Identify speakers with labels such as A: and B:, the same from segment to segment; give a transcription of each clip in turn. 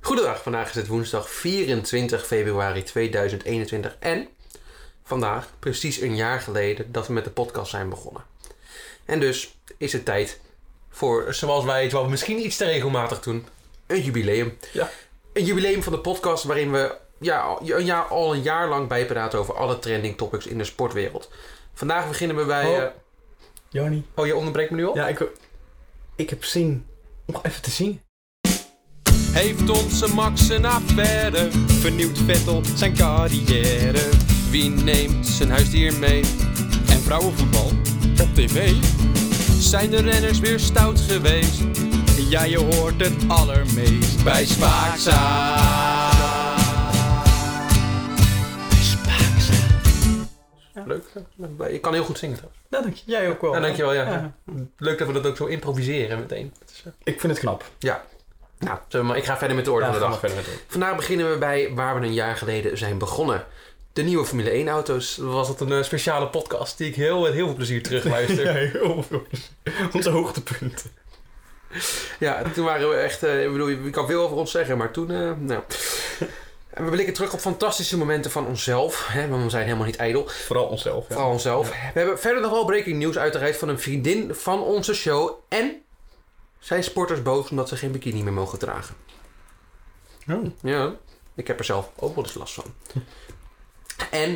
A: Goedendag, vandaag is het woensdag 24 februari 2021 en vandaag precies een jaar geleden dat we met de podcast zijn begonnen. En dus is het tijd voor, zoals wij het wel misschien iets te regelmatig doen, een jubileum.
B: Ja.
A: Een jubileum van de podcast waarin we ja, een jaar, al een jaar lang bijpraten over alle trending topics in de sportwereld. Vandaag beginnen we bij...
B: Oh.
A: eh,
B: Joni.
A: oh je onderbreekt me nu al?
B: Ja, ik, ik heb zin om even te zingen.
C: Heeft onze Max een affaire? Vernieuwt Vettel zijn carrière? Wie neemt zijn huisdier mee? En vrouwenvoetbal op tv? Zijn de renners weer stout geweest? Ja, je hoort het allermeest bij Spaakza.
A: Leuk. eh, Je kan heel goed zingen trouwens.
B: Nou, dank je. Jij ook wel.
A: Ja, dankjewel, ja.
B: Ja.
A: Leuk dat we dat ook zo improviseren meteen. Het is, eh,
B: Ik vind het knap.
A: Nou, zullen we maar, ik ga verder met de orde van de dag.
B: verder met
A: Vandaag beginnen we bij waar we een jaar geleden zijn begonnen. De nieuwe Formule 1-auto's. Was dat een eh, speciale podcast die ik heel, met heel veel plezier terugluister.
B: Ja,
A: ja.
B: heel veel. Onze hoogtepunten.
A: toen waren we echt... eh, ik bedoel, je kan veel over ons zeggen, maar toen... eh, nou. En we blikken terug op fantastische momenten van onszelf. Hè, want we zijn helemaal niet ijdel.
B: Vooral onszelf.
A: Vooral onszelf. We hebben verder nog wel breaking news uiteraard van een vriendin van onze show. En zijn sporters boos omdat ze geen bikini meer mogen dragen.
B: Oh.
A: Ja, ik heb er zelf ook wel eens last van. En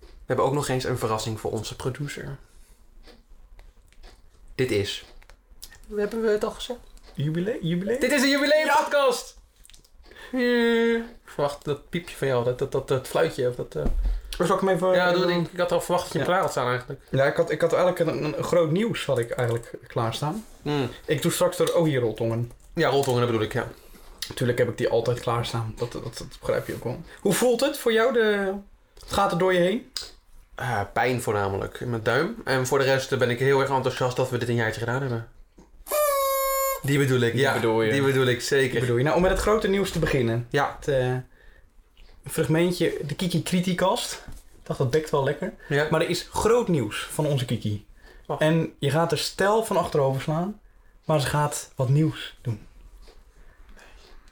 A: we hebben ook nog eens een verrassing voor onze producer. Dit is. Hebben we het al gezegd?
B: Jubileum? Jubileum?
A: Dit is een jubileumpodcast! Ja. Ik verwacht dat piepje van jou, dat, dat, dat, dat fluitje. Of dat, eh,
B: Waar zal ik hem even...
A: Ja, doe het. ik had al verwacht dat je
B: Ja.
A: praat staan eigenlijk.
B: Ja, ik had, ik had eigenlijk een, een groot nieuws had ik eigenlijk klaarstaan.
A: Mm.
B: Ik doe straks er ook hier roltongen.
A: Ja, roltongen bedoel ik, ja.
B: Natuurlijk heb ik die altijd klaarstaan. Dat, dat, dat begrijp je ook wel. Hoe voelt het voor jou? De... Het gaat er door je heen?
A: Eh, pijn voornamelijk in mijn duim. En voor de rest eh, ben ik heel erg enthousiast dat we dit een jaartje gedaan hebben. Die bedoel ik, ja.
B: bedoel je.
A: Die bedoel ik zeker.
B: Ik bedoel je. Nou, om met het grote nieuws te beginnen.
A: Ja,
B: Het, eh, een fragmentje, de Kiki Kritikast. Ik dacht, dat dekt wel lekker.
A: ja.
B: Maar er is groot nieuws van onze Kiki.
A: Och.
B: En je gaat er stijl van achterover slaan, maar ze gaat wat nieuws doen.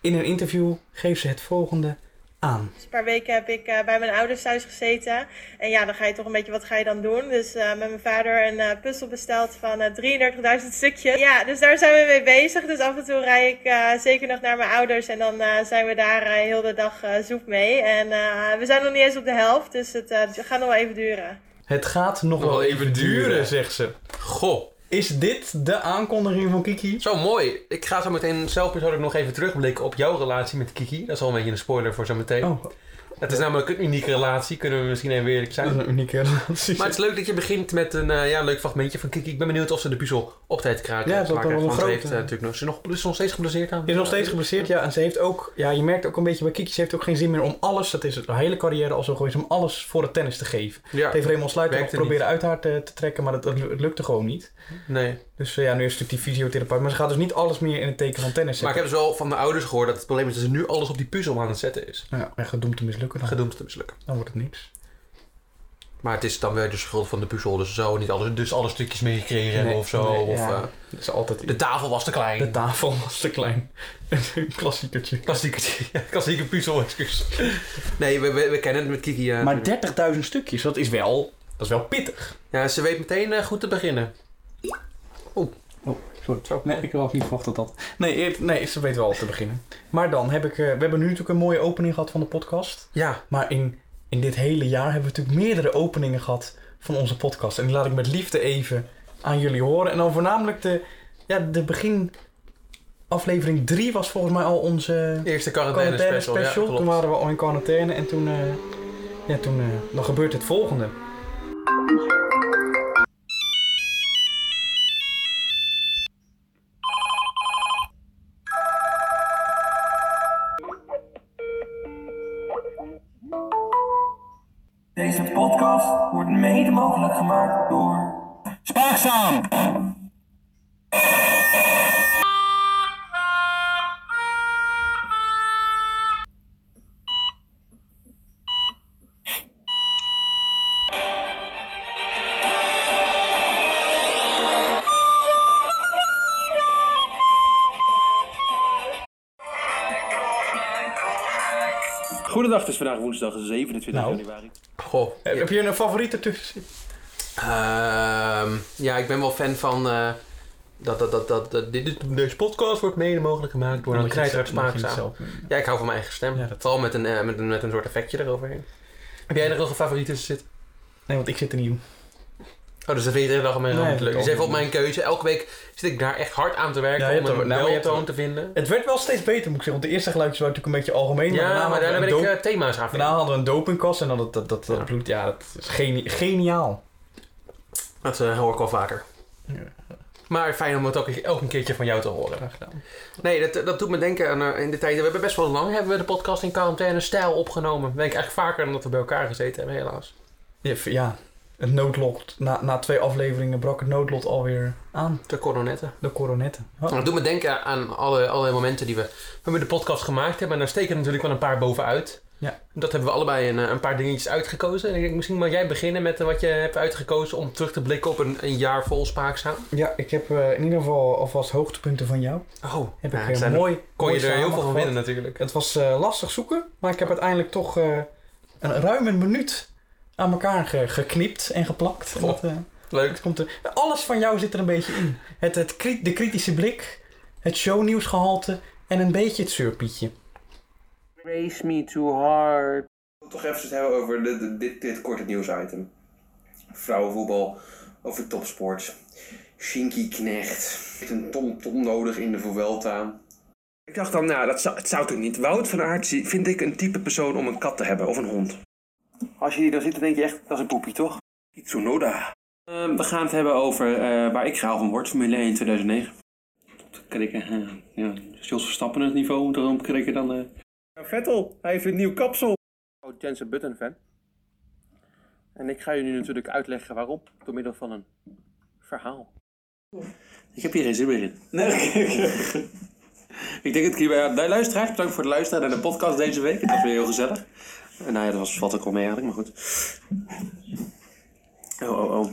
B: In een interview geeft ze het volgende aan.
D: Dus een paar weken heb ik eh, bij mijn ouders thuis gezeten. En ja, dan ga je toch een beetje, wat ga je dan doen? Dus eh, met mijn vader een eh, puzzel besteld van eh 33.000 stukjes. Ja, dus daar zijn we mee bezig. Dus af en toe rijd ik eh, zeker nog naar mijn ouders. En dan eh, zijn we daar eh, heel de dag eh, zoek mee. En eh, we zijn nog niet eens op de helft, dus het eh, gaat nog wel even duren.
B: Het gaat nog, wel even duren, zegt ze.
A: Goh,
B: Is dit de aankondiging van Kiki?
A: zo mooi. Ik ga zo meteen zelf persoonlijk nog even terugblikken op jouw relatie met Kiki. Dat is al een beetje een spoiler voor zo meteen.
B: Oh,
A: Het is namelijk een unieke relatie, kunnen we misschien even eerlijk
B: dat
A: zijn.
B: is een unieke relatie.
A: Maar het is leuk dat je begint met een eh, ja, leuk fragmentje van Kiki. Ik ben benieuwd of ze de puzzel op tijd krijgt.
B: Ja, dat is ook wel een
A: Want ze
B: grote.
A: heeft eh, natuurlijk nog, ze nog, is ze nog steeds geblesseerd aan.
B: Is nog steeds geblesseerd, ja. En ze heeft ook, ja, je merkt ook een beetje bij Kiki, ze heeft ook geen zin meer om alles, dat is haar hele carrière al zo geweest, om alles voor het tennis te geven.
A: Ja,
B: Het heeft Raymond Sluiter nog
A: Werkte
B: proberen uit haar te, te trekken, maar dat, dat lukte gewoon niet.
A: nee.
B: Dus eh, ja, nu is het natuurlijk die fysiotherapeut, maar ze gaat dus niet alles meer in het teken van tennis
A: Maar ik
B: zetten.
A: heb dus wel van mijn ouders gehoord dat het probleem is dat ze nu alles op die puzzel aan het zetten is.
B: Nou ja, gedoemd te mislukken dan.
A: Gedoemd te mislukken.
B: Dan wordt het niks.
A: Maar het is dan weer de schuld van de puzzel, dus zo niet alles. Dus alle stukjes meegekregen hebben
B: Nee,
A: of zo.
B: nee,
A: of,
B: ja.
A: eh,
B: Dat is altijd
A: de
B: de,
A: tafel was te klein.
B: tafel was te klein. Een klassiekertje.
A: Klassieke, klassieke puzzel, excuus. Nee, we, we, we kennen het met Kiki. ja,
B: Maar
A: natuurlijk.
B: 30.000 stukjes, dat is wel, dat is wel pittig.
A: Ja, ze weet meteen eh, goed te beginnen.
B: Oh, Sorry. Nee, ik had ook niet verwacht dat dat... Nee, eh, nee, ze weet wel al te beginnen. Maar dan heb ik... eh, we hebben nu natuurlijk een mooie opening gehad van de podcast.
A: Ja,
B: Maar in, in dit hele jaar hebben we natuurlijk meerdere openingen gehad van onze podcast. En die laat ik met liefde even aan jullie horen. En dan voornamelijk de, ja, de begin... Aflevering 3 was volgens mij al onze
A: eerste quarantaine,
B: quarantaine
A: special.
B: special.
A: Ja,
B: toen
A: klopt.
B: waren we al in quarantaine en toen... eh, ja, toen eh, dan gebeurt het volgende.
E: Deze podcast wordt mede mogelijk gemaakt door Spaakzaam.
F: Goedendag, het is vandaag woensdag 27
B: Nou.
F: januari.
A: Goh.
B: Heb- Heb je een favoriet ertussen?
A: Ehm, ja, ik ben wel fan van. eh, dat, dat, dat, dat, dat- dit, dit- deze podcast wordt mede mogelijk gemaakt door een krijtwerksmaakzaam. Ja, ik hou van mijn eigen stem.
B: Ja, dat-
A: Vooral met een, eh, met, een, met een soort effectje eroverheen. Heb jij er nog een favoriet tussen zitten?
B: Nee, want ik zit er niet in.
A: Oh, dus dat vind je iedere dag al mee
B: Nee,
A: leuk.
B: dat
A: Dus
B: kan
A: even op
B: niet.
A: mijn keuze. Elke week zit ik daar echt hard aan te werken
B: Ja, je
A: om
B: hebt er-
A: een
B: nou, je hebt
A: weltoon
B: er-
A: te vinden.
B: Het werd wel steeds beter, moet ik zeggen. Want de eerste geluidjes waren natuurlijk een beetje algemeen.
A: Ja, maar daarna
B: hadden we
A: ben ik
B: een Nou,
A: eh, thema's gaan
B: doop- daarna
A: vinden.
B: hadden we een dopingkast en dan dat, dat, dat, dat
A: Ja.
B: bloed. Ja, dat is geni- geniaal.
A: Dat eh, hoor ik wel vaker.
B: Ja.
A: Maar fijn om het ook elke keertje van jou te horen.
B: Graag gedaan.
A: Nee, dat, dat doet me denken aan eh, in de tijd. We hebben best wel lang hebben we de podcast in quarantaine stijl opgenomen. Weet ik eigenlijk vaker dan dat we bij elkaar gezeten hebben, helaas.
B: Ja, v- ja, het noodlot. Na, na twee afleveringen brak het noodlot alweer aan.
A: De coronetten.
B: De coronetten. Oh.
A: Dat doet me denken aan alle, alle momenten die we we hebben de podcast gemaakt hebben. En daar steken er natuurlijk wel een paar bovenuit.
B: Ja.
A: Dat hebben we allebei een, eh, een paar dingetjes uitgekozen. En ik denk, misschien mag jij beginnen met eh, wat je hebt uitgekozen om terug te blikken op een, een jaar vol spaakzaam.
B: Ja, ik heb eh, in ieder geval alvast hoogtepunten van jou.
A: Oh,
B: Heb ik
A: ja,
B: weer
A: zijn-
B: mooi.
A: kon je
B: mooi
A: er heel veel van
B: samengevat.
A: winnen natuurlijk.
B: Het was eh, lastig zoeken, maar ik heb uiteindelijk toch eh, een ruim een minuut aan elkaar ge- geknipt en geplakt. En
A: Goh.
B: dat, eh,
A: Leuk.
B: het komt er, alles van jou zit er een beetje in. Het, het, kri- de kritische blik, het shownieuwsgehalte en een beetje het surpietje.
G: Race me too hard.
H: toch even het hebben over de- de- dit, dit korte nieuwsitem. Vrouwenvoetbal over topsport. Shinky Knecht. Heeft een tom-tom nodig in de Vuelta. Ik dacht dan, nou, dat zou, het zou toch niet. Wout van Aert zie- vind ik een type persoon om een kat te hebben of een hond.
G: Als je die dan ziet, dan denk je echt, dat is een poepie, toch?
H: Tsunoda.
G: Ehm, we gaan het hebben over eh, waar ik graag van word, Formule 1 2009. Tot krikken, eh, ja, Jules Verstappen het niveau om te om te krikken dan... eh.
H: Vettel, hij heeft een nieuw kapsel. Oh, Jensen Button fan. En ik ga je nu natuurlijk uitleggen waarom, door middel van een verhaal.
G: Ik heb hier geen zin meer in. Nee, Ik denk het keer bij luisteraars. Bedankt voor het luisteren naar de podcast deze week. Het was weer heel gezellig. En nou ja, dat was wat ik al mee eigenlijk, maar goed. Oh, oh, oh.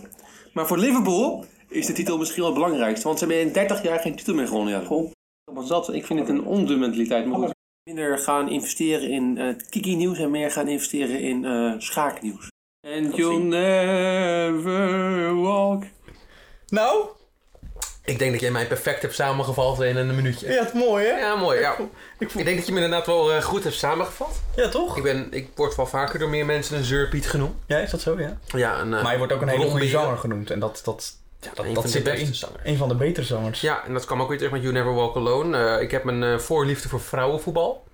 G: Maar voor Liverpool is de titel misschien wel het belangrijkste. Want ze hebben in 30 jaar geen titel meer gewonnen. Ja, goh. Helemaal zat. Ik vind het een ondumme mentaliteit. Maar goed. Minder gaan investeren in het Kiki-nieuws en meer gaan investeren in eh, schaaknieuws. And you'll never walk
B: Nou,
A: Ik denk dat jij mij perfect hebt samengevat in een minuutje.
B: ja, het mooi hè?
A: Ja, mooi. Ja.
B: Ik
A: Ik
B: voel,
A: denk dat je me inderdaad wel eh, goed hebt samengevat.
B: ja, toch?
A: Ik, ben, ik word wel vaker door meer mensen een zeurpiet genoemd.
B: Ja, is dat zo, ja.
A: Ja, een, eh,
B: Maar je wordt ook een hele goede
A: Romberen.
B: zanger genoemd. En dat, dat,
A: Ja,
B: dat,
A: een
B: dat
A: van
B: zit
A: de beste
B: erin.
A: zangers.
B: Een van de betere zangers.
A: Ja, en dat kwam ook weer terug met You Never Walk Alone. Eh, ik heb mijn eh, voorliefde voor vrouwenvoetbal.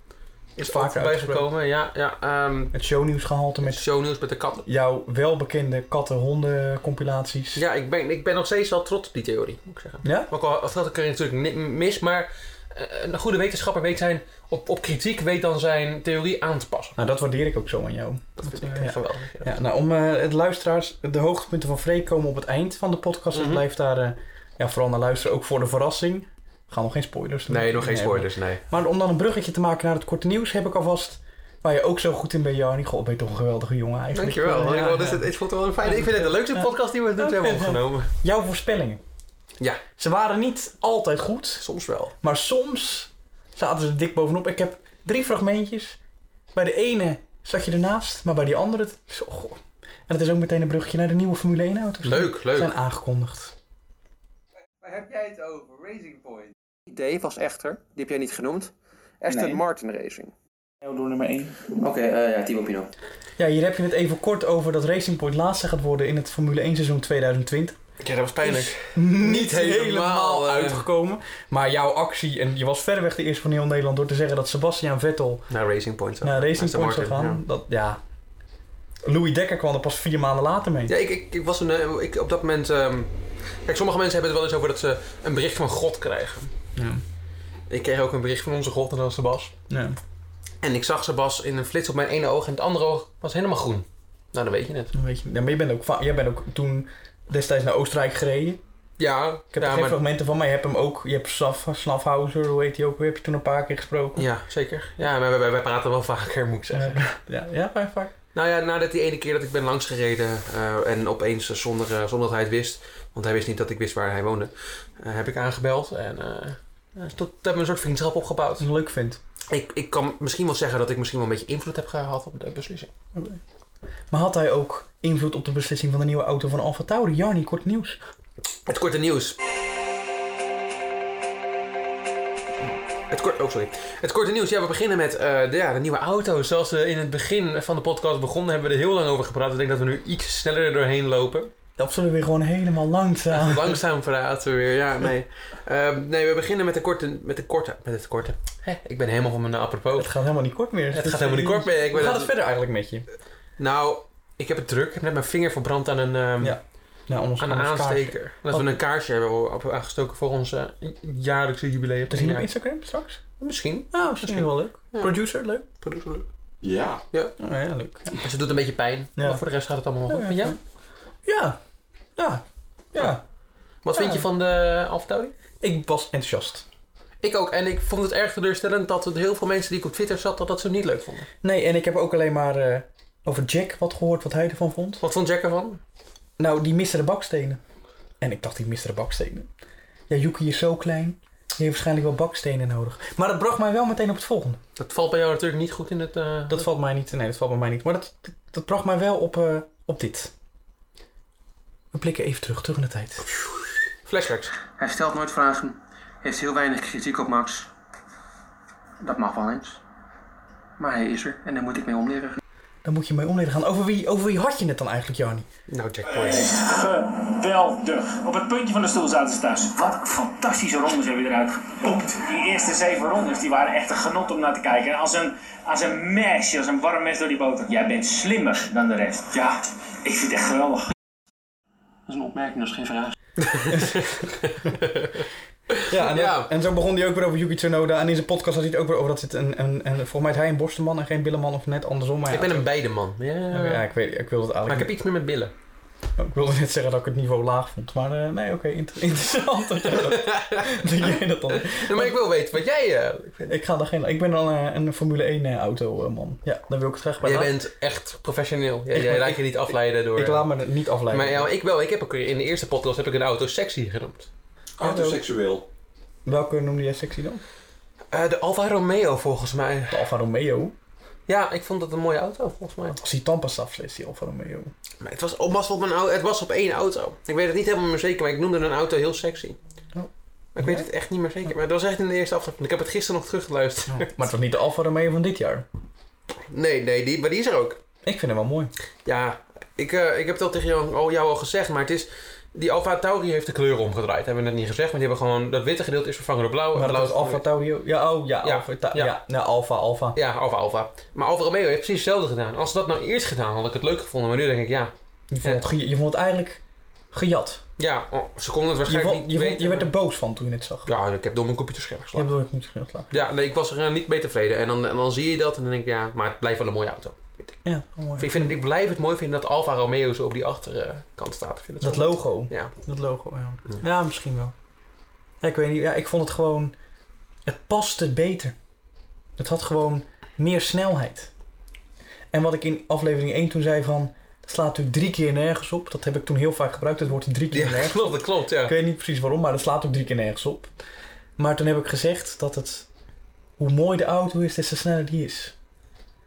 A: Is
B: Vaker
A: vaak bijgekomen. Ja, ja. ehm
B: Het shownieuwsgehalte met
A: shownieuws met de katten.
B: jouw welbekende katten-honden compilaties.
A: Ja, ik ben, ik ben nog steeds wel trots op die theorie, moet ik zeggen.
B: Ja?
A: Ook al had ik er natuurlijk ni- mis, maar eh, een goede wetenschapper weet zijn, op, op kritiek weet dan zijn theorie aan te passen.
B: Nou, dat waardeer ik ook zo aan jou.
A: Dat vind ik
B: eh, ja.
A: echt geweldig. ja.
B: Ja, nou, om eh, het luisteraars, de hoogtepunten van Freek komen op het eind van de podcast. Dus
A: Mhm.
B: blijf daar eh, ja, vooral naar luisteren, ook voor de verrassing. We gaan nog geen spoilers doen.
A: Nee, nog geen spoilers, nee.
B: Maar om dan een bruggetje te maken naar het korte nieuws, heb ik alvast... Waar je ook zo goed in bent, Jarnie. Goh, ben je toch een geweldige jongen eigenlijk. Eh,
A: Dankjewel.
B: Ja,
A: Ja,
B: ja.
A: Dus het, het voelt wel een fijne. Ik vind het de leukste podcast die we tot nu toe hebben opgenomen.
B: Jouw voorspellingen.
A: Ja.
B: Ze waren niet altijd goed,
A: Soms wel.
B: maar soms zaten ze dik bovenop. Ik heb drie fragmentjes. Bij de ene zat je ernaast, maar bij die andere... Zo, goh. En dat is ook meteen een bruggetje naar de nieuwe Formule 1-auto's.
A: Leuk, leuk.
B: Zijn aangekondigd.
H: Waar heb jij het over? Racing Point. Het idee was echter, die heb jij niet genoemd, Aston
G: Nee.
H: Martin Racing.
G: door nummer 1.
H: Oké, eh, ja, Timo Pino.
B: Ja, hier heb je het even kort over dat Racing Point laatste gaat worden in het Formule 1 seizoen 2020.
A: Ja, dat was pijnlijk.
B: Niet
A: helemaal, eh,
B: uitgekomen. Maar jouw actie, en je was verreweg de eerste van heel Nederland door te zeggen dat Sebastian Vettel
A: Naar Nou, Racing Point. zo.
B: naar Nou, Racing
A: Aston
B: Point zou
A: Martin,
B: gaan. Dat, ja. Louis Dekker kwam er pas vier maanden later mee.
A: Ja, ik, ik, ik was een, eh, ik, op dat moment. ehm, kijk, sommige mensen hebben het wel eens over dat ze een bericht van God krijgen.
B: Ja.
A: Ik kreeg ook een bericht van onze God en dan Sebas.
B: Ja.
A: En ik zag Sebas in een flits op mijn ene oog en het andere oog was helemaal groen. Nou, dat weet je net.
B: dan Weet je, ja, maar je bent ook, va- jij bent ook toen destijds naar Oostenrijk gereden.
A: Ja,
B: Ik
A: ja,
B: heb er geen
A: maar-
B: fragmenten van, maar je hebt hem ook. Je hebt Saf, Snafhauser, hoe heet die ook? weer, Heb je toen een paar keer gesproken?
A: ja zeker. Ja, maar wij, wij- wij praten wel vaker, moet ik zeggen.
B: ja, ja, vaak, vaak.
A: Nou ja, nadat die ene keer dat ik ben langsgereden eh, en opeens eh, zonder, eh, zonder dat hij het wist, want hij wist niet dat ik wist waar hij woonde, eh, heb ik aangebeld en eh, ja, tot eh, hebben we een soort vriendschap opgebouwd.
B: Dat is leuk vindt.
A: Ik, ik kan misschien wel zeggen dat ik misschien wel een beetje invloed heb gehad op de beslissing.
B: Maar had hij ook invloed op de beslissing van de nieuwe auto van Alfa Tauri? Jarni, kort nieuws.
A: Het korte nieuws. Het, kort, oh, sorry. het korte nieuws. Ja, we beginnen met eh, de, ja, de nieuwe auto. Zoals we in het begin van de podcast begonnen, hebben we er heel lang over gepraat. Ik denk dat we nu iets sneller er doorheen lopen.
B: Dat zullen we weer gewoon helemaal langzaam.
A: Langzaam praten we weer, ja, nee. Ehm, nee, we beginnen met de korte, met de korte, met het korte. Hè, ik ben helemaal van mijn
B: Het
A: apropos.
B: gaat helemaal niet kort meer.
A: Het gaat helemaal niet kort meer. Ik
B: Hoe
A: ben
B: gaat het verder eigenlijk met je?
A: Nou, ik heb het druk. Ik heb net mijn vinger verbrand aan een, ehm,
B: Ja, Nou, ons,
A: aan een
B: ons kaartje. Oh.
A: aansteker. Omdat we een kaarsje hebben op- aangestoken voor ons eh, jaarlijkse jubileum.
B: Te zien op
A: Ja.
B: Instagram straks?
A: Misschien.
B: Ah, misschien wel leuk. Producer, leuk.
I: Ja.
B: Oh, ja, leuk.
A: Dus het doet een beetje pijn.
B: Ja.
A: Maar voor de rest gaat het allemaal wel goed.
B: Ja,
A: Met jou?
B: Ja. Ja. Ja.
A: Wat
B: Ja.
A: vind je van de Alfa Tauri?
B: Ik was enthousiast.
A: Ik ook. En ik vond het erg teleurstellend dat het heel veel mensen die ik op Twitter zat, dat, dat ze hem niet leuk vonden.
B: Nee, en ik heb ook alleen maar eh, over Jack wat gehoord, wat hij ervan vond.
A: Wat vond Jack ervan?
B: Nou, die miste de bakstenen. En ik dacht, die miste de bakstenen. Ja, Yuki is zo klein. Die heeft waarschijnlijk wel bakstenen nodig. Maar dat bracht mij wel meteen op het volgende.
A: Dat valt bij jou natuurlijk niet goed in het... eh,
B: Dat valt mij niet. Nee, dat valt bij mij niet. Maar dat, dat bracht mij wel op, eh, op dit. We blikken even terug, terug in de tijd.
A: Flashbacks.
H: Hij stelt nooit vragen, heeft heel weinig kritiek op Max. Dat mag wel eens. Maar hij is er en daar moet ik mee omleren.
B: Dan moet je mee omleden gaan. Over wie, over wie had je het dan eigenlijk, Jarni?
A: Nou, Jack Boyd.
J: Geweldig. Op het puntje van de stoel zaten ze thuis. Wat een fantastische rondes hebben we eruit gepompt. Die eerste zeven rondes die waren echt een genot om naar te kijken. Als een, als een mesje, als een warm mes door die boter. Jij bent slimmer dan de rest. Ja, ik vind het echt geweldig.
G: Dat is een opmerking, dat is geen vraag.
B: Ja, en,
A: Ja.
B: dat- en zo begon hij ook weer over Yuki Tsunoda. En in zijn podcast had hij het ook weer over dat het een, een, een... Volgens mij is hij een borstenman en geen billenman of net andersom. Maar ja,
A: Ik ben een beide man. Ja,
B: Oké, ja, ik, weet, ik wilde het
A: Maar ik
B: eigenlijk
A: heb iets meer met billen.
B: niet- ik wilde net zeggen dat ik het niveau laag vond. Maar eh, nee, oké, inter- interessant dat jij dat, dat jij dat dan...
A: Nee, maar ik wil weten wat jij... eh,
B: Ik, ga daar geen, ik ben dan eh, een Formule 1 eh, auto eh, man. Ja, daar wil ik het graag bij
A: jij
B: laten.
A: bent echt professioneel. Jij,
B: Ik-
A: jij laat
B: ik-
A: je niet afleiden door... eh,
B: Ik laat me niet afleiden.
A: maar ja, ik wel. Ik heb ook in de eerste podcast heb ik een auto sexy genoemd.
I: Autoseksueel.
B: Welke noemde jij sexy dan?
A: Eh, de Alfa Romeo volgens mij.
B: De Alfa Romeo.
A: Ja, ik vond dat een mooie auto volgens mij.
B: Als die tampasaf is, die Alfa Romeo.
A: Maar het was, op, was op een, au- het was op één auto. Ik weet het niet helemaal meer zeker, maar ik noemde een auto heel sexy.
B: Oh.
A: Maar ik weet het echt niet meer zeker. Maar dat was echt in de eerste aflevering. Ik heb het gisteren nog teruggeluisterd.
B: Maar het was niet de Alfa Romeo van dit jaar.
A: Nee, nee, die, maar die is er ook.
B: Ik vind hem wel mooi.
A: Oh, Ja, ik, eh, ik heb het al tegen jou al, jou al gezegd, maar het is... Die Alfa Tauri heeft de kleur omgedraaid. Hebben we net niet gezegd, maar die hebben gewoon... Dat witte gedeelte is vervangen door blauw. en
B: Maar dat
A: blauw
B: was Alfa Tauri. Ja, oh ja,
A: Ja,
B: Alfa. Ta-
A: ja.
B: ja. nou Alfa, Alfa.
A: Ja, Alfa Alfa. Maar Alfa Romeo heeft precies hetzelfde gedaan. Als ze dat nou eerst gedaan, had ik het leuk gevonden. Maar nu denk ik, ja...
B: Je vond, het ge- je vond het eigenlijk gejat.
A: Ja, oh, ze konden het
B: Je,
A: waarschijnlijk
B: vond-
A: niet
B: je, vond-
A: weten,
B: je werd er
A: maar-
B: boos van toen je het zag.
A: Ja, ik heb door mijn computer scherp
B: Je
A: geslagen.
B: hebt er ook niet veel geslagen.
A: Ja, nee, ik was er eh, niet mee tevreden. En dan, en dan zie je dat en dan denk ik, ja, maar het blijft wel een mooie auto.
B: Ja, oh, mooi.
A: Ik, vind, ik blijf het mooi vinden dat Alfa Romeo zo op die achterkant staat. Ik vind het
B: Dat
A: zo-
B: logo.
A: Ja.
B: Dat logo, ja. Ja, misschien wel. Ja, ik weet niet. Ja, ik vond het gewoon... Het paste beter. Het had gewoon meer snelheid. En wat ik in aflevering 1 toen zei van... Het slaat natuurlijk drie keer nergens op. Dat heb ik toen heel vaak gebruikt. Het wordt drie keer
A: Ja,
B: nergens
A: klopt, dat klopt, ja.
B: Ik weet niet precies waarom, maar dat slaat ook drie keer nergens op. Maar toen heb ik gezegd dat het... Hoe mooi de auto is, des te sneller die is.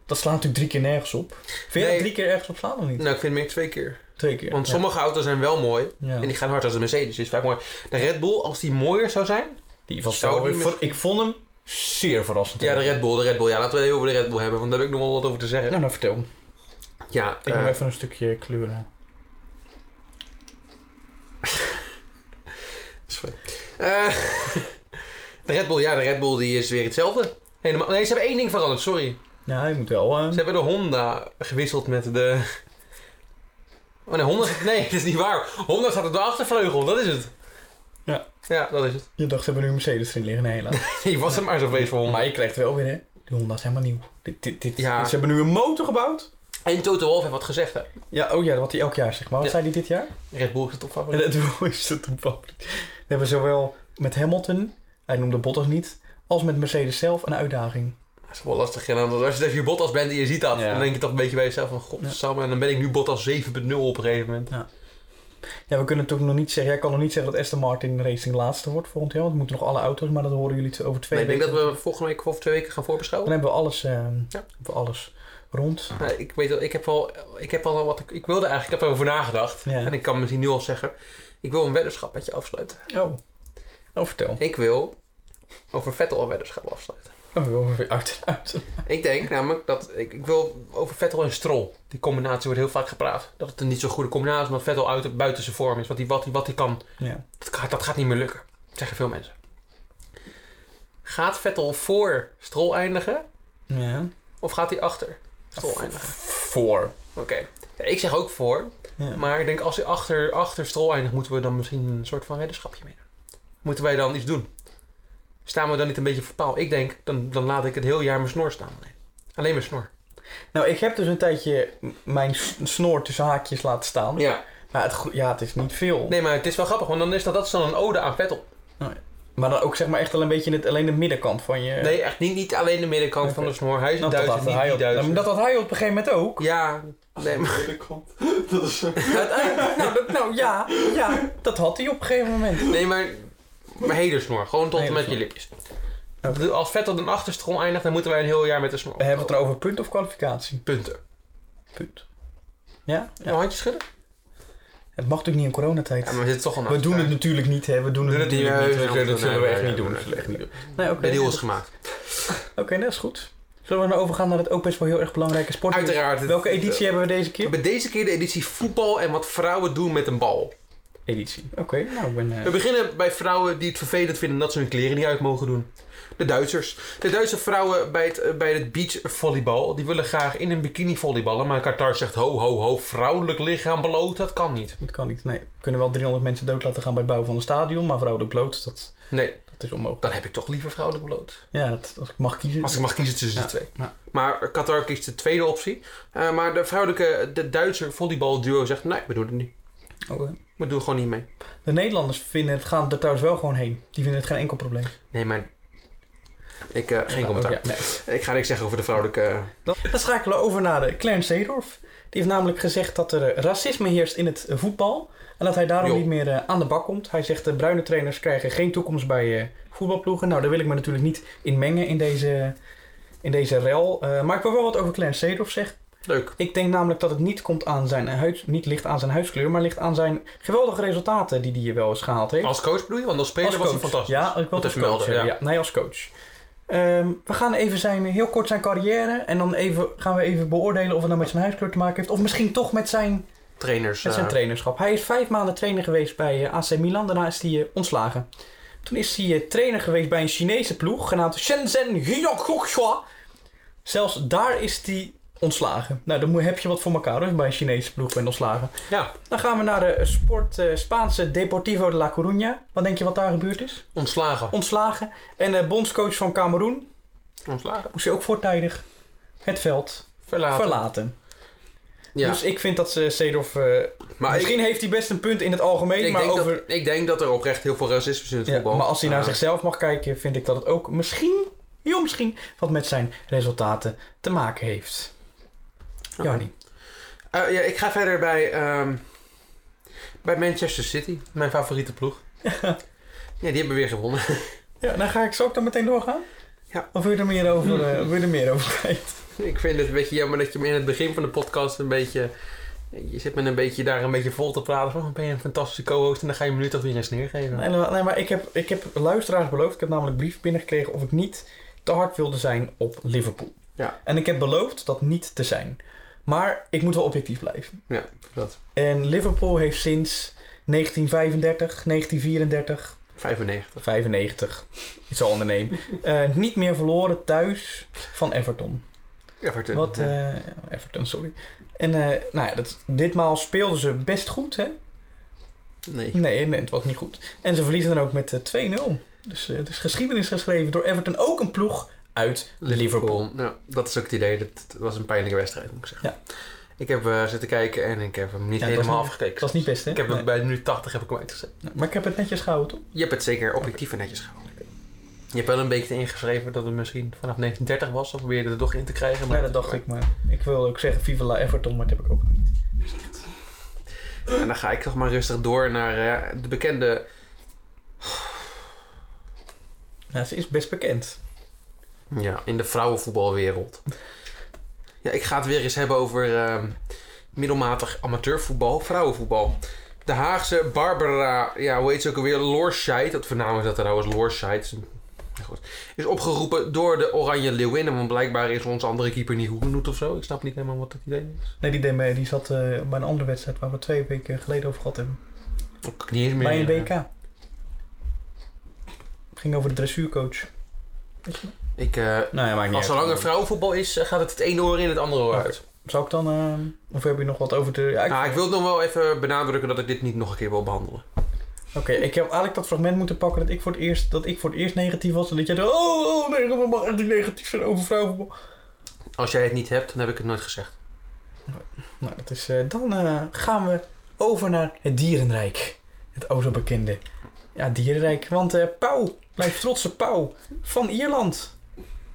B: Dat slaat natuurlijk drie keer nergens op. Vind je
A: Nee.
B: dat drie keer ergens op slaan of niet?
A: Nou, ik vind meer twee keer.
B: Twee keer.
A: Want
B: ja.
A: sommige auto's zijn wel mooi.
B: Ja.
A: En die gaan hard als de Mercedes. Is vaak mooi. De Red Bull, als die mooier zou zijn.
B: Die was
A: Zou
B: wel...
A: die
B: Ik, vond-
A: misschien-
B: ik vond hem zeer verrassend.
A: Ja, de Red Bull, de Red Bull. Ja, laten we het even over de Red Bull hebben. Want daar heb ik nog wel wat over te zeggen.
B: Nou, nou vertel.
A: Ja,
B: Ik
A: eh,
B: moet even een stukje kleuren.
A: sorry. Eh, de Red Bull, ja, de Red Bull die is weer hetzelfde. Helemaal, nee, ze hebben één ding veranderd, sorry.
B: Ja, hij moet wel. eh,
A: Ze hebben de Honda gewisseld met de. Oh nee, Honda. Nee, dat is niet waar. Honda staat op de achtervleugel, dat is het.
B: Ja.
A: Ja, dat is het.
B: Je dacht, ze hebben nu een Mercedes erin liggen. Nee, helaas.
A: Die was er maar zo feest voor Honda.
B: maar je krijgt wel weer, hè. De Honda is helemaal nieuw. Dit, dit, dit,
A: Ja.
B: Ze hebben nu een motor gebouwd.
A: En Toto Wolff heeft wat gezegd, hè?
B: Ja, oh ja, wat hij elk jaar zegt. Maar wat
A: Ja.
B: zei hij dit jaar?
A: Red Bull is de topfavoriet.
B: En het is het toepasselijk. We hebben zowel met Hamilton, hij noemde Bottas niet, als met Mercedes zelf een uitdaging.
A: Dat is wel lastig, ja, want als je tegen je Bottas bent en je ziet dat,
B: Ja.
A: dan denk je toch een beetje bij jezelf van, godsamme, en dan ben ik nu Bottas 7.0 op een gegeven moment.
B: Ja, we kunnen natuurlijk nog niet zeggen. Jij kan nog niet zeggen dat Aston Martin Racing laatste wordt volgend jaar. Want we moeten nog alle auto's, maar dat horen jullie over twee
A: Nee, ik
B: weken.
A: denk dat we volgende week of twee weken gaan voorbeschouwen.
B: Dan hebben we alles, eh, hebben we alles rond.
A: Nou, ik weet dat ik heb al, ik heb al wat ik, ik wilde eigenlijk, ik heb erover nagedacht.
B: Ja.
A: En ik kan misschien nu al zeggen, ik wil een weddenschap met je afsluiten.
B: Oh, nou vertel.
A: Ik wil over Vettel een weddenschap afsluiten.
B: Oh, weer uiteraard.
A: Ik denk namelijk dat, ik, ik wil over Vettel en Stroll. Die combinatie wordt heel vaak gepraat. Dat het een niet zo goede combinatie is, omdat Vettel uit, buiten zijn vorm is. Wat hij wat die, wat die kan,
B: Ja.
A: dat, gaat- dat gaat niet meer lukken. Zeggen veel mensen. Gaat Vettel voor Stroll eindigen?
B: Ja.
A: Of gaat hij achter Stroll eindigen?
B: Voor.
A: Oké. Ja, ik zeg ook voor.
B: Ja.
A: Maar ik denk als hij achter, achter Stroll eindigt, moeten we dan misschien een soort van weddenschapje mee doen. Moeten wij dan iets doen? Staan we dan niet een beetje voor paal? Ik denk, dan, dan laat ik het heel jaar mijn snor staan. Alleen, alleen mijn snor.
B: Nou, ik heb dus een tijdje m- mijn s- snor tussen haakjes laten staan.
A: Ja.
B: Maar het, gro- ja, het is niet veel.
A: Nee, maar het is wel grappig, want dan is dat, dat is dan een ode aan Vettel.
B: Maar dan ook zeg maar echt al een beetje in het, alleen de middenkant van je...
A: Nee, echt niet, niet alleen de middenkant van de snor. Hij is een
B: Nou, dat
A: duizend,
B: had
A: niet
B: hij
A: die
B: op- Nou,
A: duizend.
B: maar Dat had hij op een gegeven moment ook.
A: Ja, nee, maar...
I: middenkant. Dat is zo.
B: nou, dat- nou ja, ja, dat had hij op een gegeven moment.
A: Nee, maar... Mijn hele snor. Gewoon tot en met je
B: Hele
A: lipjes. Als Vettel dan achter Stroll eindigt, dan moeten wij een heel jaar met de snor.
B: We hebben het erover punt of kwalificatie.
A: Punten.
B: Punt. Ja?
A: Een handje schudden?
B: Het mag natuurlijk niet in coronatijd.
A: Ja, maar we zitten toch al
B: we doen het natuurlijk niet, hè. We doen het
A: het niet,
B: natuurlijk
A: nee, we
B: niet. We-
A: zullen
B: Dat
A: het-
B: zullen
A: eh,
B: we
A: nee,
B: echt
A: nee,
B: niet doen.
A: nee,
B: Dat zullen we echt niet doen. Nee,
A: Nee,
B: oké.
A: De deal is gemaakt.
B: Oké, dat is goed. Zullen we nou overgaan naar het ook best wel heel erg belangrijke sport?
A: Uiteraard.
B: Welke editie hebben we deze
A: We
B: keer?
A: hebben deze keer de editie voetbal en wat vrouwen doen met een bal.
B: Editie. Oké, nou, ik ben... eh,
A: We beginnen bij vrouwen die het vervelend vinden dat ze hun kleren niet uit mogen doen. De Duitsers. De Duitse vrouwen bij het, eh, bij het beachvolleybal, die willen graag in een bikini volleyballen. Maar Qatar zegt ho ho ho, vrouwelijk lichaam bloot, dat kan niet.
B: Dat kan niet. Nee, we kunnen wel 300 mensen dood laten gaan bij het bouwen van een stadion, maar vrouwelijk bloot, dat,
A: Nee,
B: dat is onmogelijk.
A: dan heb ik toch liever vrouwelijk bloot.
B: Ja, dat, als ik mag kiezen.
A: Als ik mag kiezen tussen
B: Ja,
A: de twee.
B: ja.
A: Maar Qatar kiest de tweede optie. Eh, maar de vrouwelijke, de Duitse volleybalduo zegt nee, we doen het niet.
B: Oké.
A: We doen gewoon niet mee.
B: Oh, De Nederlanders vinden het, gaan er trouwens wel gewoon heen. Die vinden het geen enkel probleem.
A: Nee, maar. Ik, eh, geen
B: Ja,
A: commentaar.
B: ook, ja, nee.
A: Ik ga niks zeggen over de vrouwelijke.
B: Dan, dan schakelen we over naar de Clarence Seedorf. Die heeft namelijk gezegd dat er eh, racisme heerst in het eh, voetbal. En dat hij daarom
A: Jo.
B: niet meer eh, aan de bak komt. Hij zegt de bruine trainers krijgen geen toekomst bij eh, voetbalploegen. Nou, daar wil ik me natuurlijk niet in mengen in deze, in deze rel. Eh, maar ik wil wel wat over Clarence Seedorf zeggen.
A: Leuk.
B: Ik denk namelijk dat het niet, komt aan zijn huid, niet ligt aan zijn huidskleur, maar ligt aan zijn geweldige resultaten die hij hier wel eens gehaald heeft.
A: Als coach bedoel je? Want als speler was hij
B: coach.
A: fantastisch.
B: Ja, ik wil
A: Moet
B: het als
A: even
B: coach
A: melden,
B: zeggen,
A: ja.
B: ja. Nee, als coach. Ehm, we gaan even zijn, heel kort zijn carrière en dan even, gaan we even beoordelen of het nou met zijn huidskleur te maken heeft. Of misschien toch met zijn,
A: Trainers.
B: met zijn
A: eh,
B: trainerschap. Hij is vijf maanden trainer geweest bij eh, AC Milan, daarna is hij eh, ontslagen. Toen is hij eh, trainer geweest bij een Chinese ploeg genaamd Shenzhen Hyokoshua. Zelfs daar is hij ontslagen. Nou, dan moet- heb je wat voor elkaar dus bij een Chinese ploeg bent ontslagen.
A: ja,
B: Dan gaan we naar de sport, eh, Spaanse Deportivo de La Coruña. Wat denk je wat daar gebeurd is?
A: ontslagen.
B: ontslagen. En de bondscoach van Cameroen
A: Ontslagen.
B: moest hij ook voortijdig het veld
A: Verlaten.
B: verlaten.
A: Ja.
B: Dus ik vind dat ze Seedorf... eh,
A: maar
B: misschien
A: ik,
B: heeft hij best een punt in het algemeen,
A: ik,
B: maar
A: denk
B: over...
A: dat, ik denk dat er oprecht heel veel racisme is in het
B: Ja,
A: voetbal.
B: maar als hij nou naar
A: Eh,
B: zichzelf mag kijken, vind ik dat het ook misschien, heel misschien, wat met zijn resultaten te maken heeft. Ja, niet.
A: eh, ja, ik ga verder bij. ehm, bij Manchester City, mijn favoriete ploeg. ja, die hebben weer gewonnen.
B: Ja, dan ga ik zo ook dan meteen doorgaan.
A: Ja.
B: Of wil je er meer over, eh, wil je er meer over kwijt?
A: Ik vind het een beetje jammer dat je me in het begin van de podcast een beetje. Je zit me een beetje daar een beetje vol te praten van. "Oh, Ben je een fantastische co-host en dan ga je me nu toch weer eens neergeven.
B: Nee, eh, nee, nee, maar ik heb, ik heb luisteraars beloofd. Ik heb namelijk brief binnengekregen of ik niet te hard wilde zijn op Liverpool.
A: Ja.
B: En ik heb beloofd dat niet te zijn. Maar ik moet wel objectief blijven.
A: Ja, dat.
B: En Liverpool heeft sinds 1935, 1934,
A: 95.
B: 95, iets al in de name, eh, niet meer verloren thuis van Everton.
A: Everton.
B: Wat,
A: ja.
B: eh, Everton, sorry. En eh, nou ja, dat, ditmaal speelden ze best goed, hè?
A: Nee.
B: Nee, nee, het was niet goed. En ze verliezen dan ook met eh, 2-0. Dus eh, het is geschiedenis geschreven door Everton, ook een ploeg uit Liverpool.
A: Liverpool. Nou, dat is ook het idee. Dat, dat was een pijnlijke wedstrijd, moet ik zeggen.
B: Ja.
A: Ik heb eh, zitten kijken en ik heb hem niet
B: Ja, dat
A: helemaal
B: was niet-
A: afgekeken.
B: Dat was niet best, hè?
A: Ik heb hem
B: Nee.
A: bij minuut 80 heb ik hem uitgezet.
B: Maar ik heb het netjes gehouden, toch?
A: Je hebt het zeker objectief en netjes gehouden. Je hebt wel een beetje ingeschreven dat het misschien vanaf 1930 was. Of probeerde er toch in te krijgen. Maar
B: Ja, dat dacht ik, maar ik wil ook zeggen Viva la Everton, maar dat heb ik ook niet.
A: En dan ga ik toch maar rustig door naar eh, de bekende...
B: Ja, ze is best bekend.
A: Ja, in de vrouwenvoetbalwereld. Ja, ik ga het weer eens hebben over eh, middelmatig amateurvoetbal, vrouwenvoetbal. De Haagse Barbara, ja, hoe heet ze ook alweer? Lorscheid, dat vernaam is dat trouwens, Lorscheid. is een- ja, goed. Is opgeroepen door de Oranje Leeuwinnen, want blijkbaar is onze andere keeper niet goed genoeg of zo. Ik snap niet helemaal wat het idee is.
B: Nee, die deed mee. Die zat eh, bij een andere wedstrijd waar we twee weken geleden over gehad hebben.
A: Ik kan niet eens meer
B: Bij een WK.
A: herinneren.
B: Het ging over de dressuurcoach. Nou
A: Ik, eh,
B: maakt niet
A: als er
B: uit.
A: langer vrouwenvoetbal is, eh, gaat het het ene oor in het andere oor uit.
B: Zou ik dan... eh, of heb je nog wat over de... Ja, ik-
A: Ah, ik wil nog wel even benadrukken dat ik dit niet nog een keer wil behandelen.
B: Oké, ik heb eigenlijk dat fragment moeten pakken dat ik voor het eerst, dat ik voor het eerst negatief was. En dat jij dacht, oh, oh nee, we mag echt niet negatief zijn over vrouwenvoetbal.
A: Als jij het niet hebt, dan heb ik het nooit gezegd.
B: Nou, dat is, eh, dan eh, gaan we over naar het dierenrijk. Het oude bekende. Ja, dierenrijk. Want eh Pauw, blijft trotse Pauw van Ierland.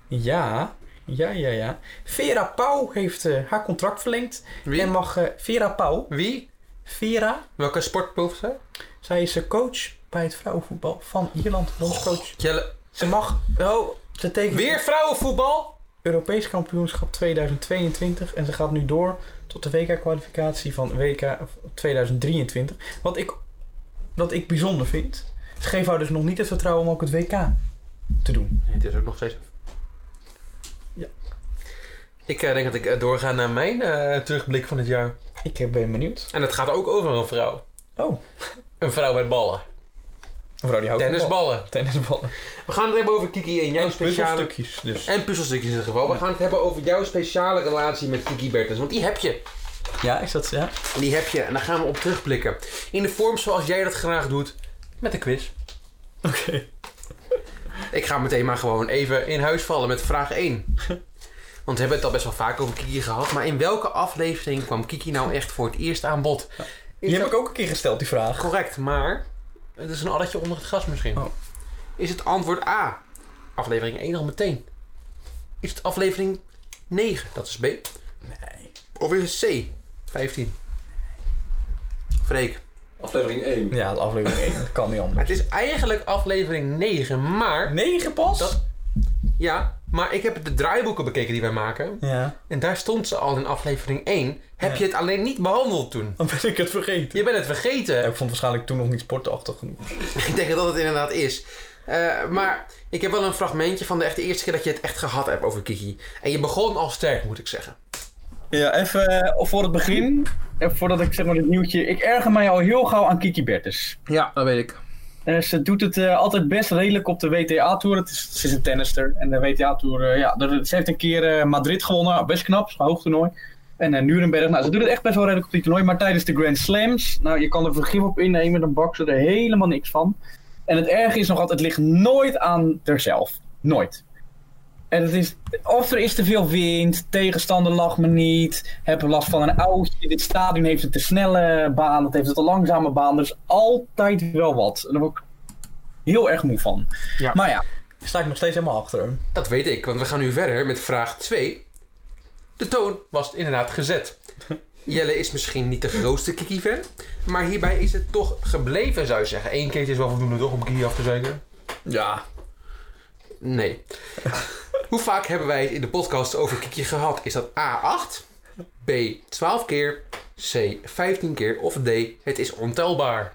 B: Ja, ja, ja, ja. Vera Pauw heeft eh, haar contract verlengd. En mag eh, Vera Pauw...
A: Wie?
B: Vera.
A: Welke sportproef zij?
B: Zij is eh, coach bij het vrouwenvoetbal van Ierland. Bondscoach.
A: Jelle.
B: Ze mag... Oh, ze tekent...
A: Weer vrouwenvoetbal?
B: Europees kampioenschap 2022. En ze gaat nu door tot de WK-kwalificatie van WK 2023. Wat ik, wat ik bijzonder vind. Ze geven haar dus nog niet het vertrouwen om ook het WK te doen.
A: Het is ook nog steeds.
B: Ja.
A: Ik eh, denk dat ik eh, doorga naar mijn eh, terugblik van het jaar.
B: Ik eh, ben benieuwd.
A: En het gaat ook over een vrouw.
B: Oh.
A: Een vrouw met ballen.
B: Mevrouw die houdt van
A: Tennisballen.
B: Tennisballen.
A: We gaan het hebben over Kiki en jouw speciale...
B: Puzzelstukjes dus.
A: En puzzelstukjes in dit geval. We gaan het hebben over jouw speciale relatie met Kiki Bertens. Want die heb je.
B: Ja, is dat... Ja.
A: Die heb je. En daar gaan we op terugblikken. In de vorm zoals jij dat graag doet. Met een quiz.
B: Oké.
A: Ik ga meteen maar gewoon even in huis vallen met vraag 1. Want we hebben het al best wel vaak over Kiki gehad. Maar in welke aflevering kwam Kiki nou echt voor het eerst aan bod?
B: Die heb ik ook een keer gesteld, die vraag.
A: Correct, maar het is een addertje onder het gras misschien.
B: Oh.
A: Is het antwoord A, aflevering 1 al meteen? Is het aflevering 9, dat is B? Nee. Of is het C, 15? Freek.
I: Aflevering 1.
B: Ja, de aflevering 1. Dat kan niet anders.
A: Het is eigenlijk aflevering 9, maar...
B: 9 pas?
A: Dat- Ja, maar ik heb de draaiboeken bekeken die wij maken.
B: Ja.
A: En daar stond ze al in aflevering 1. Heb je het alleen niet behandeld toen?
B: Dan ben ik het vergeten.
A: Je bent het vergeten.
B: Ja, ik vond waarschijnlijk toen nog niet sportachtig genoeg.
A: ik denk dat het inderdaad is. Eh, maar ik heb wel een fragmentje van de, echt, de eerste keer dat je het echt gehad hebt over Kiki. En je begon al sterk, moet ik zeggen.
K: Ja, even eh, voor het begin. Even voordat ik zeg maar het nieuwtje. Ik erger mij al heel gauw aan Kiki Bertens.
A: Ja, dat weet ik.
K: Eh, ze doet het eh, altijd best redelijk op de WTA-tour. Het is, ze is een tennister. En de WTA-tour, eh, ja, er- ze heeft een keer eh, Madrid gewonnen. Best knap, is een hoogtoernooi. En eh Nuremberg. Nou, ze doet het echt best wel redelijk op die toernooi. Maar tijdens de Grand Slams, nou, je kan er vergif op innemen. Dan bakt ze er helemaal niks van. En het erge is nog altijd, het ligt nooit aan haarzelf. Nooit. En het is, of er is te veel wind, tegenstander lag me niet, heb last van een oudje. Dit stadion heeft een te snelle baan, het heeft een te langzame baan. Er is altijd wel wat. En daar word ik heel erg moe van.
A: Ja.
K: Maar ja,
B: Sta ik nog steeds helemaal achter hem.
A: Dat weet ik, want we gaan nu verder met vraag 2. De toon was inderdaad gezet. Jelle is misschien niet de grootste Kiki-fan, maar hierbij is het toch gebleven, zou je zeggen. Eén keertje is wel voldoende, toch, om Kiki af te zeiken?
B: Ja.
A: Nee. Hoe vaak hebben wij het in de podcast over Kiki gehad? Is dat A8, B 12 keer, C 15 keer of D het is ontelbaar?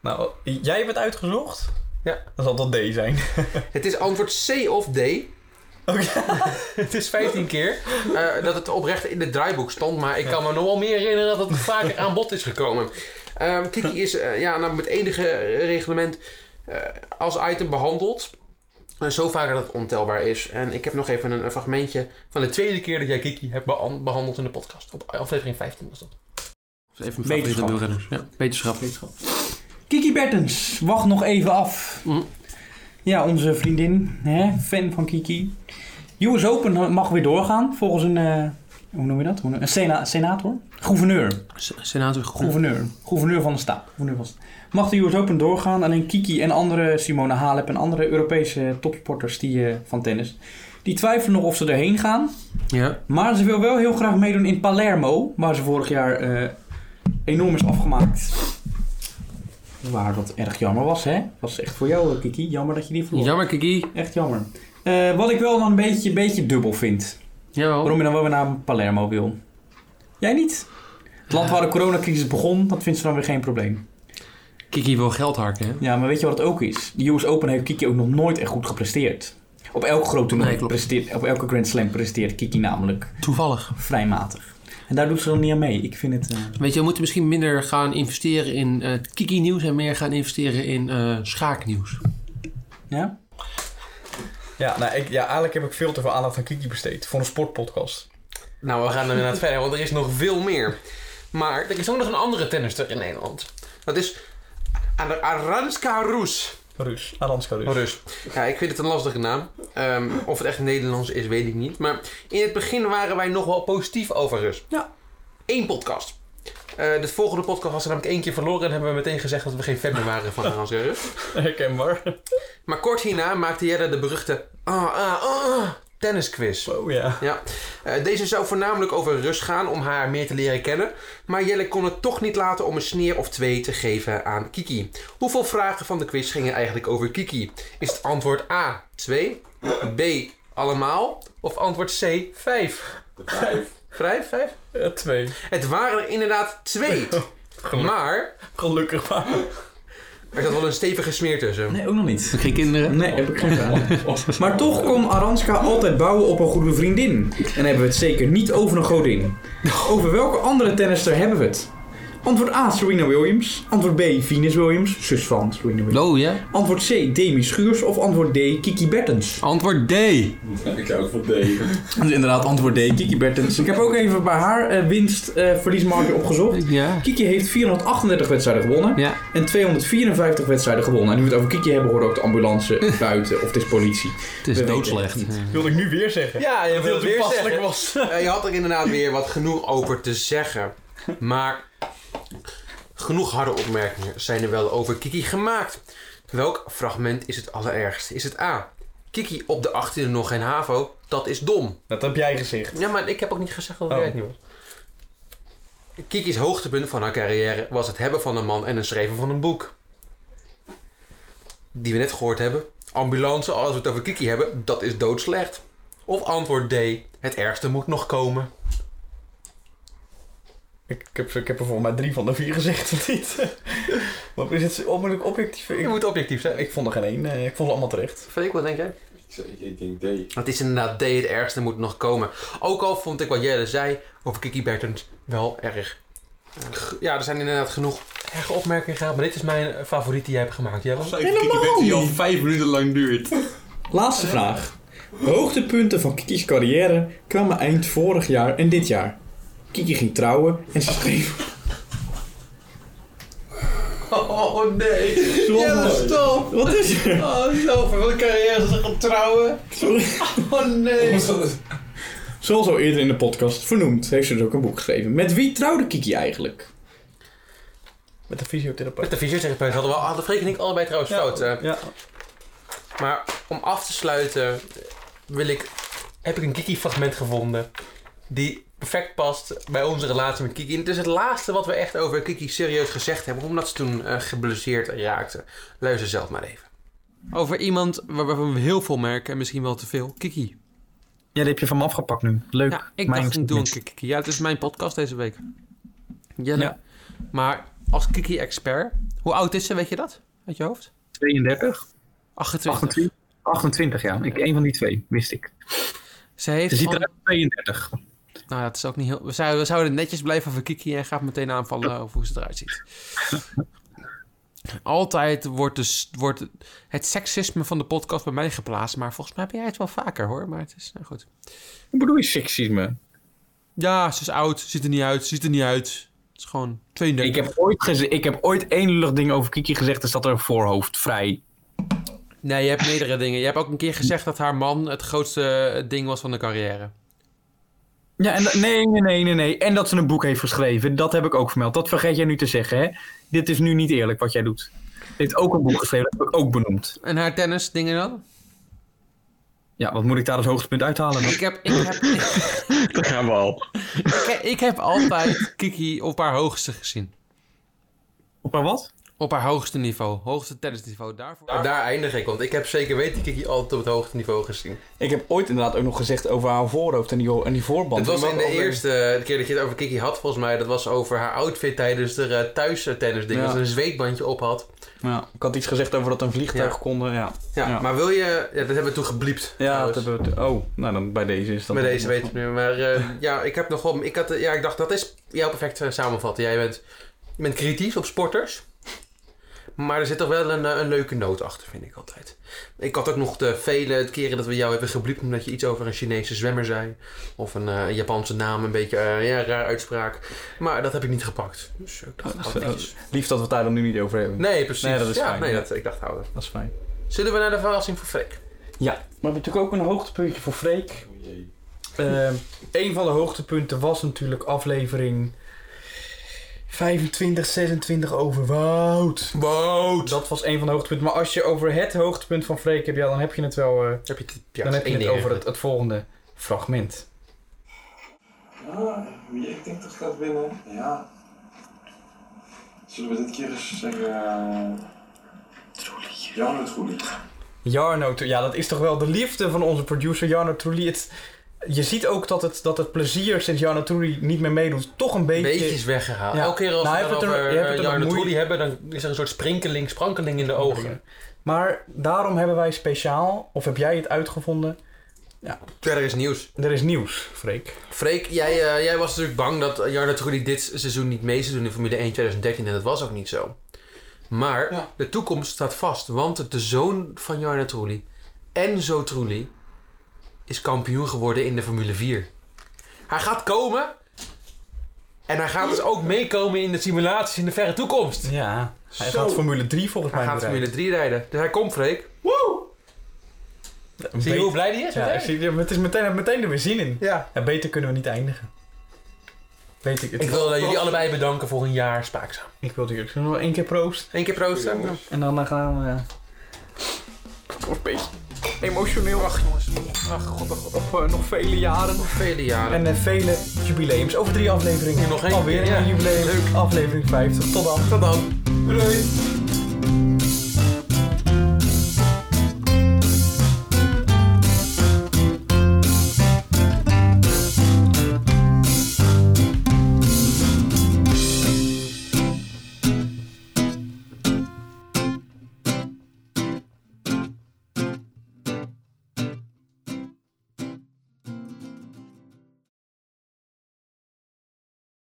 B: Nou, jij hebt het uitgezocht?
A: Ja.
B: Dan zal dat D zijn.
A: Het is antwoord C of D. het is 15 keer eh, dat het oprecht in het draaiboek stond, maar ik kan me nog wel meer herinneren dat het vaker aan bod is gekomen. Ehm, Kiki is eh, ja, nou, met enige reglement eh, als item behandeld. Eh, zo vaker dat het ontelbaar is. En ik heb nog even een, een fragmentje van de tweede keer dat jij Kiki hebt behan- behandeld in de podcast. Op aflevering 15 was dat. Even
G: favoriete
A: wielrenner. Ja, wetenschap.
K: Kiki Bertens, wacht nog even af. Ja, onze vriendin, hè, fan van Kiki. US Open mag weer doorgaan volgens een, eh, hoe noem je dat? Hoe noem- Een sena- senator? Gouverneur.
A: Senator
K: Gouverneur. Gouverneur van de staat. Gouverneur van de staat. Mag de US Open doorgaan? Alleen Kiki en andere, Simone Halep en andere Europese topsporters die, eh, van tennis. Die twijfelen nog of ze erheen gaan.
A: Ja.
K: Maar ze wil wel heel graag meedoen in Palermo, waar ze vorig jaar eh,
B: enorm is afgemaakt. Waar dat erg jammer was, hè? Was echt voor jou, eh, Kiki. Jammer dat je die verloor.
A: Jammer, Kiki.
B: Echt jammer. Eh, wat ik wel dan een beetje, beetje dubbel vind. Waarom je dan wel weer naar Palermo wil. Jij niet? Het land waar de coronacrisis begon, dat vindt ze dan weer geen probleem.
A: Kiki wil geld harken, hè?
B: Ja, maar weet je wat het ook is? De US Open heeft Kiki ook nog nooit echt goed gepresteerd. Op elk groot toernooi presteert, op elke Grand Slam presteert Kiki namelijk.
A: Toevallig.
B: Vrij matig. En daar doet ze dan niet aan mee. Ik vind het... eh,
A: Weet je, we moeten misschien minder gaan investeren in eh, Kiki-nieuws en meer gaan investeren in eh, schaaknieuws.
B: Ja? Ja, nou, ik, ja, eigenlijk heb ik veel te veel aandacht aan Kiki besteed. Voor een sportpodcast.
A: Nou, we gaan er inderdaad verder, want er is nog veel meer. Maar er is ook nog een andere tennister in Nederland. Dat is Ar- Aranska Roes.
B: Rus. Aranska Rus.
A: Rus. Ja, ik vind het een lastige naam. Ehm, of het echt Nederlands is, weet ik niet. Maar in het begin waren wij nog wel positief over Rus.
B: Ja.
A: Eén podcast. Eh, de volgende podcast was er namelijk één keer verloren en hebben we meteen gezegd dat we geen fan meer waren van Aranska Rus.
B: Herkenbaar.
A: Maar kort hierna maakte Jelle de beruchte ah, ah, ah, ah, tennisquiz.
B: Oh ja.
A: Eh, deze zou voornamelijk over Rus gaan om haar meer te leren kennen. Maar Jelle kon het toch niet laten om een sneer of twee te geven aan Kiki. Hoeveel vragen van de quiz gingen eigenlijk over Kiki? Is het antwoord A 2, B allemaal of antwoord C 5? 5. 5, 5?
B: Ja, Eh, twee.
A: Het waren er inderdaad twee. Maar.
B: Gelukkig maar.
A: Er zat wel een stevige smeer tussen.
B: Nee, ook nog niet.
A: Geen kinderen?
B: Nee, heb ik geen Maar toch kon Aranska altijd bouwen op een goede vriendin. En hebben we het zeker niet over een godin. Over welke andere tennister hebben we het? Antwoord A, Serena Williams. Antwoord B, Venus Williams. Zus van Serena Williams.
A: Oh ja?
B: Antwoord C, Demi Schuurs. Of antwoord D, Kiki Bertens.
A: Antwoord D.
I: Ik zou ook voor D.
B: Dus inderdaad, antwoord D, Kiki Bertens. Ik heb ook even bij haar eh, winst eh verliesmarge opgezocht. Kiki heeft 438 wedstrijden gewonnen en 254 wedstrijden gewonnen. En nu we het over Kiki hebben, horen ook de ambulance buiten of het is politie. Het
A: is doodslecht.
B: Wilde ik nu weer zeggen.
A: Ja, je
B: Dat
A: wilde
B: heel
A: weer
B: toepasselijk
A: zeggen. Eh, je had er inderdaad weer wat genoeg over te zeggen. Maar genoeg harde opmerkingen zijn er wel over Kiki gemaakt. Welk fragment is het allerergst? Is het A. Kiki op de achttiende nog geen HAVO? Dat is dom.
B: Dat heb jij gezegd.
A: Ja, maar ik heb ook niet gezegd dat
B: Oh.
A: jij het niet was. Kiki's hoogtepunt van haar carrière was het hebben van een man en het schrijven van een boek. Die we net gehoord hebben. Ambulance, als we het over Kiki hebben, dat is doodslecht. Of antwoord D, het ergste moet nog komen.
B: Ik heb, ik heb er volgens mij drie van de vier gezegd, of niet? Maar is het onmogelijk objectief? Ik,
A: Je moet objectief zijn.
B: ik vond er geen één. eh, Ik vond ze allemaal terecht.
A: Freek, wat denk jij?
I: Ik denk D.
A: Het is inderdaad D, het ergste moet nog komen. Ook al vond ik wat Jelle zei over Kiki Bertens wel erg. G- Ja, er zijn inderdaad genoeg erge opmerkingen gehad, maar dit is mijn eh, favoriet die jij hebt gemaakt, Jelle.
B: Helemaal niet.
A: vijf minuten lang duurt.
B: Laatste vraag. Hoogtepunten van Kiki's carrière kwamen eind vorig jaar en dit jaar. Kiki ging trouwen en ze schreef...
A: Oh nee.
B: Stop.
A: Jelle, stop.
B: Wat is er?
A: Oh, zo, van welke carrière ze gaan trouwen.
B: Sorry.
A: Oh nee.
B: Zoals al eerder in de podcast vernoemd, heeft ze dus ook een boek geschreven. Met wie trouwde Kiki eigenlijk? Met de fysiotherapeut.
A: Met de fysiotherapeut hadden we hadden Freek en ik allebei trouwens fout. eh.
B: Ja.
A: Maar om af te sluiten wil ik, heb ik een Kiki-fragment gevonden die perfect past bij onze relatie met Kiki. En het is het laatste wat we echt over Kiki serieus gezegd hebben, omdat ze toen eh, geblesseerd raakte. Luister zelf maar even. Over iemand waarvan we heel veel merken en misschien wel te veel. Kiki.
B: Ja, die heb je van me afgepakt nu. Leuk.
A: Ja, ik dacht, ik doe een keer Kiki. Ja, het is mijn podcast deze week. Jelle.
B: Ja.
A: Maar als Kiki-expert, hoe oud is ze, weet je dat? Uit je hoofd?
K: 32?
A: 28.
K: 28, 28 ja. Ik, een van die twee, wist ik.
A: Ze heeft...
K: Ze ziet
A: al-
K: eruit als 32.
A: Nou ja, het is ook niet heel... We zouden, we zouden netjes blijven over Kiki en gaat meteen aanvallen over hoe ze eruit ziet. Altijd wordt, dus, wordt het seksisme van de podcast bij mij geplaatst. Maar volgens mij heb jij het wel vaker hoor. Maar het is... Nou goed.
K: Hoe bedoel je seksisme?
A: Ja, ze is oud. Ziet er niet uit. Ziet er niet uit. Het is gewoon 32.
K: Ik heb ooit, geze- ik heb ooit één lullig ding over Kiki gezegd, is dat haar voorhoofd vrij.
A: Nee, je hebt meerdere dingen. Je hebt ook een keer gezegd dat haar man het grootste eh, ding was van de carrière.
K: Ja, en dat- nee, nee, nee, nee, nee. En dat ze een boek heeft geschreven, dat heb ik ook vermeld. Dat vergeet jij nu te zeggen, hè? Dit is nu niet eerlijk wat jij doet. Ze heeft ook een boek geschreven, dat heb ik ook benoemd.
A: En haar tennis dingen dan?
B: Ja, wat moet ik daar als hoogtepunt uithalen?
A: Ik heb, ik heb,
L: Daar gaan we al.
A: ik, ik heb altijd Kiki op haar hoogste gezien.
B: Op haar wat?
A: Op haar hoogste niveau. Hoogste tennisniveau. Daarvoor... daar eindig ik, want ik heb zeker weten Kiki altijd op het hoogste niveau gezien.
I: Ik heb ooit inderdaad ook nog gezegd over haar voorhoofd en die, en die voorband.
A: Het was
I: Maar
A: in de
I: over-
A: eerste de keer dat je het over Kiki had, volgens mij. Dat was over haar outfit tijdens de eh, thuis eh, tennis ding.
I: Ja.
A: Dat ze een zweetbandje op had.
I: Ja, ik had iets gezegd over dat een vliegtuig
A: Ja.
I: kon. eh, Ja.
A: Ja, maar wil je... Ja, dat hebben we toen gebliept.
I: Ja, dat hebben we. Oh, nou dan bij deze is dat.
A: Met deze weet ik nu. Maar eh, ja, ik heb nog wel... Ik, had, eh, ja, ik dacht, dat is jouw perfect eh, samenvatten. Jij bent, je bent kritisch op sporters. Maar er zit toch wel een, eh, een leuke noot achter, vind ik altijd. Ik had ook nog de vele keren dat we jou hebben gebliept... omdat je iets over een Chinese zwemmer zei. Of een eh, Japanse naam, een beetje eh, ja, raar uitspraak. Maar dat heb ik niet gepakt. Dus ik dacht,
I: Oh,
A: oh,
I: eh, Lief dat we het daar dan nu niet over hebben.
A: Nee, precies.
I: Nee, dat is
A: ja,
I: fijn.
A: Nee,
I: ja.
A: dat, ik dacht houden.
I: Dat is fijn.
A: Zullen we naar de verrassing voor Freek?
I: Ja, maar we hebben natuurlijk ook een hoogtepuntje voor Freek. Ehm, een van de hoogtepunten was natuurlijk aflevering 25, 26 over Wout.
A: Wout!
I: Dat was een van de hoogtepunten. Maar als je over het hoogtepunt van Freek hebt, ja, dan heb je het wel. eh,
A: ja,
I: dan heb je
A: één
I: het
A: ding
I: over het, het volgende fragment.
J: Ja, wie ik denk dat gaat winnen, ja. Zullen we dit keer eens zeggen... eh, Jan het Roelie.
I: Jarno, Tru- ja, dat is toch wel de liefde van onze producer Jarno Trulli. Het, je ziet ook dat het, dat het plezier sinds Jarno Trulli niet meer meedoet, toch een beetje.
A: Beetje is weggehaald.
I: Ja.
A: Elke keer als
I: Nou, hij
A: we
I: heeft
A: dan
I: het er-
A: over
I: hij heeft het
A: eh,
I: er
A: Jarno
I: moeite-
A: Trulli hebben, dan is er een soort sprinkeling, sprankeling in de ogen.
I: Maar daarom hebben wij speciaal, of heb jij het uitgevonden? Ja.
A: Verder is nieuws.
I: Er is nieuws, Freek.
A: Freek, jij, eh, jij was natuurlijk bang dat Jarno Trulli dit seizoen niet mee zou doen in Formule 1 2013 en dat was ook niet zo. Maar de toekomst staat vast, want de zoon van Jarno Trulli, Enzo Trulli, is kampioen geworden in de Formule 4. Hij gaat komen en hij gaat dus ook meekomen in de simulaties in de verre toekomst.
I: Ja, hij
A: Zo.
I: gaat Formule 3 volgens
A: Hij
I: mij
A: gaat
I: bereiken.
A: Formule 3 rijden. Dus hij komt, Freek. Woe! Zie je hoe blij die is?
I: Ja,
A: meteen?
I: ik zie, ja, maar het is meteen, meteen er weer zin in.
A: Ja.
I: En beter kunnen we niet eindigen. Weet ik, het
A: Ik wil eh, jullie allebei bedanken voor een jaar spaakzaam.
I: Ik wilde jullie nog één keer proost.
A: Eén keer proost.
I: En dan eh, gaan we... emotioneel. Ach jongens, ach god,
A: oh,
I: nog vele jaren. Nog
A: vele jaren.
I: En eh, vele jubileums. Over drie afleveringen. Nog
A: één
I: Alweer
A: keer, ja.
I: een jubileum. Aflevering 50. Tot dan.
A: Tot dan.
I: Doei.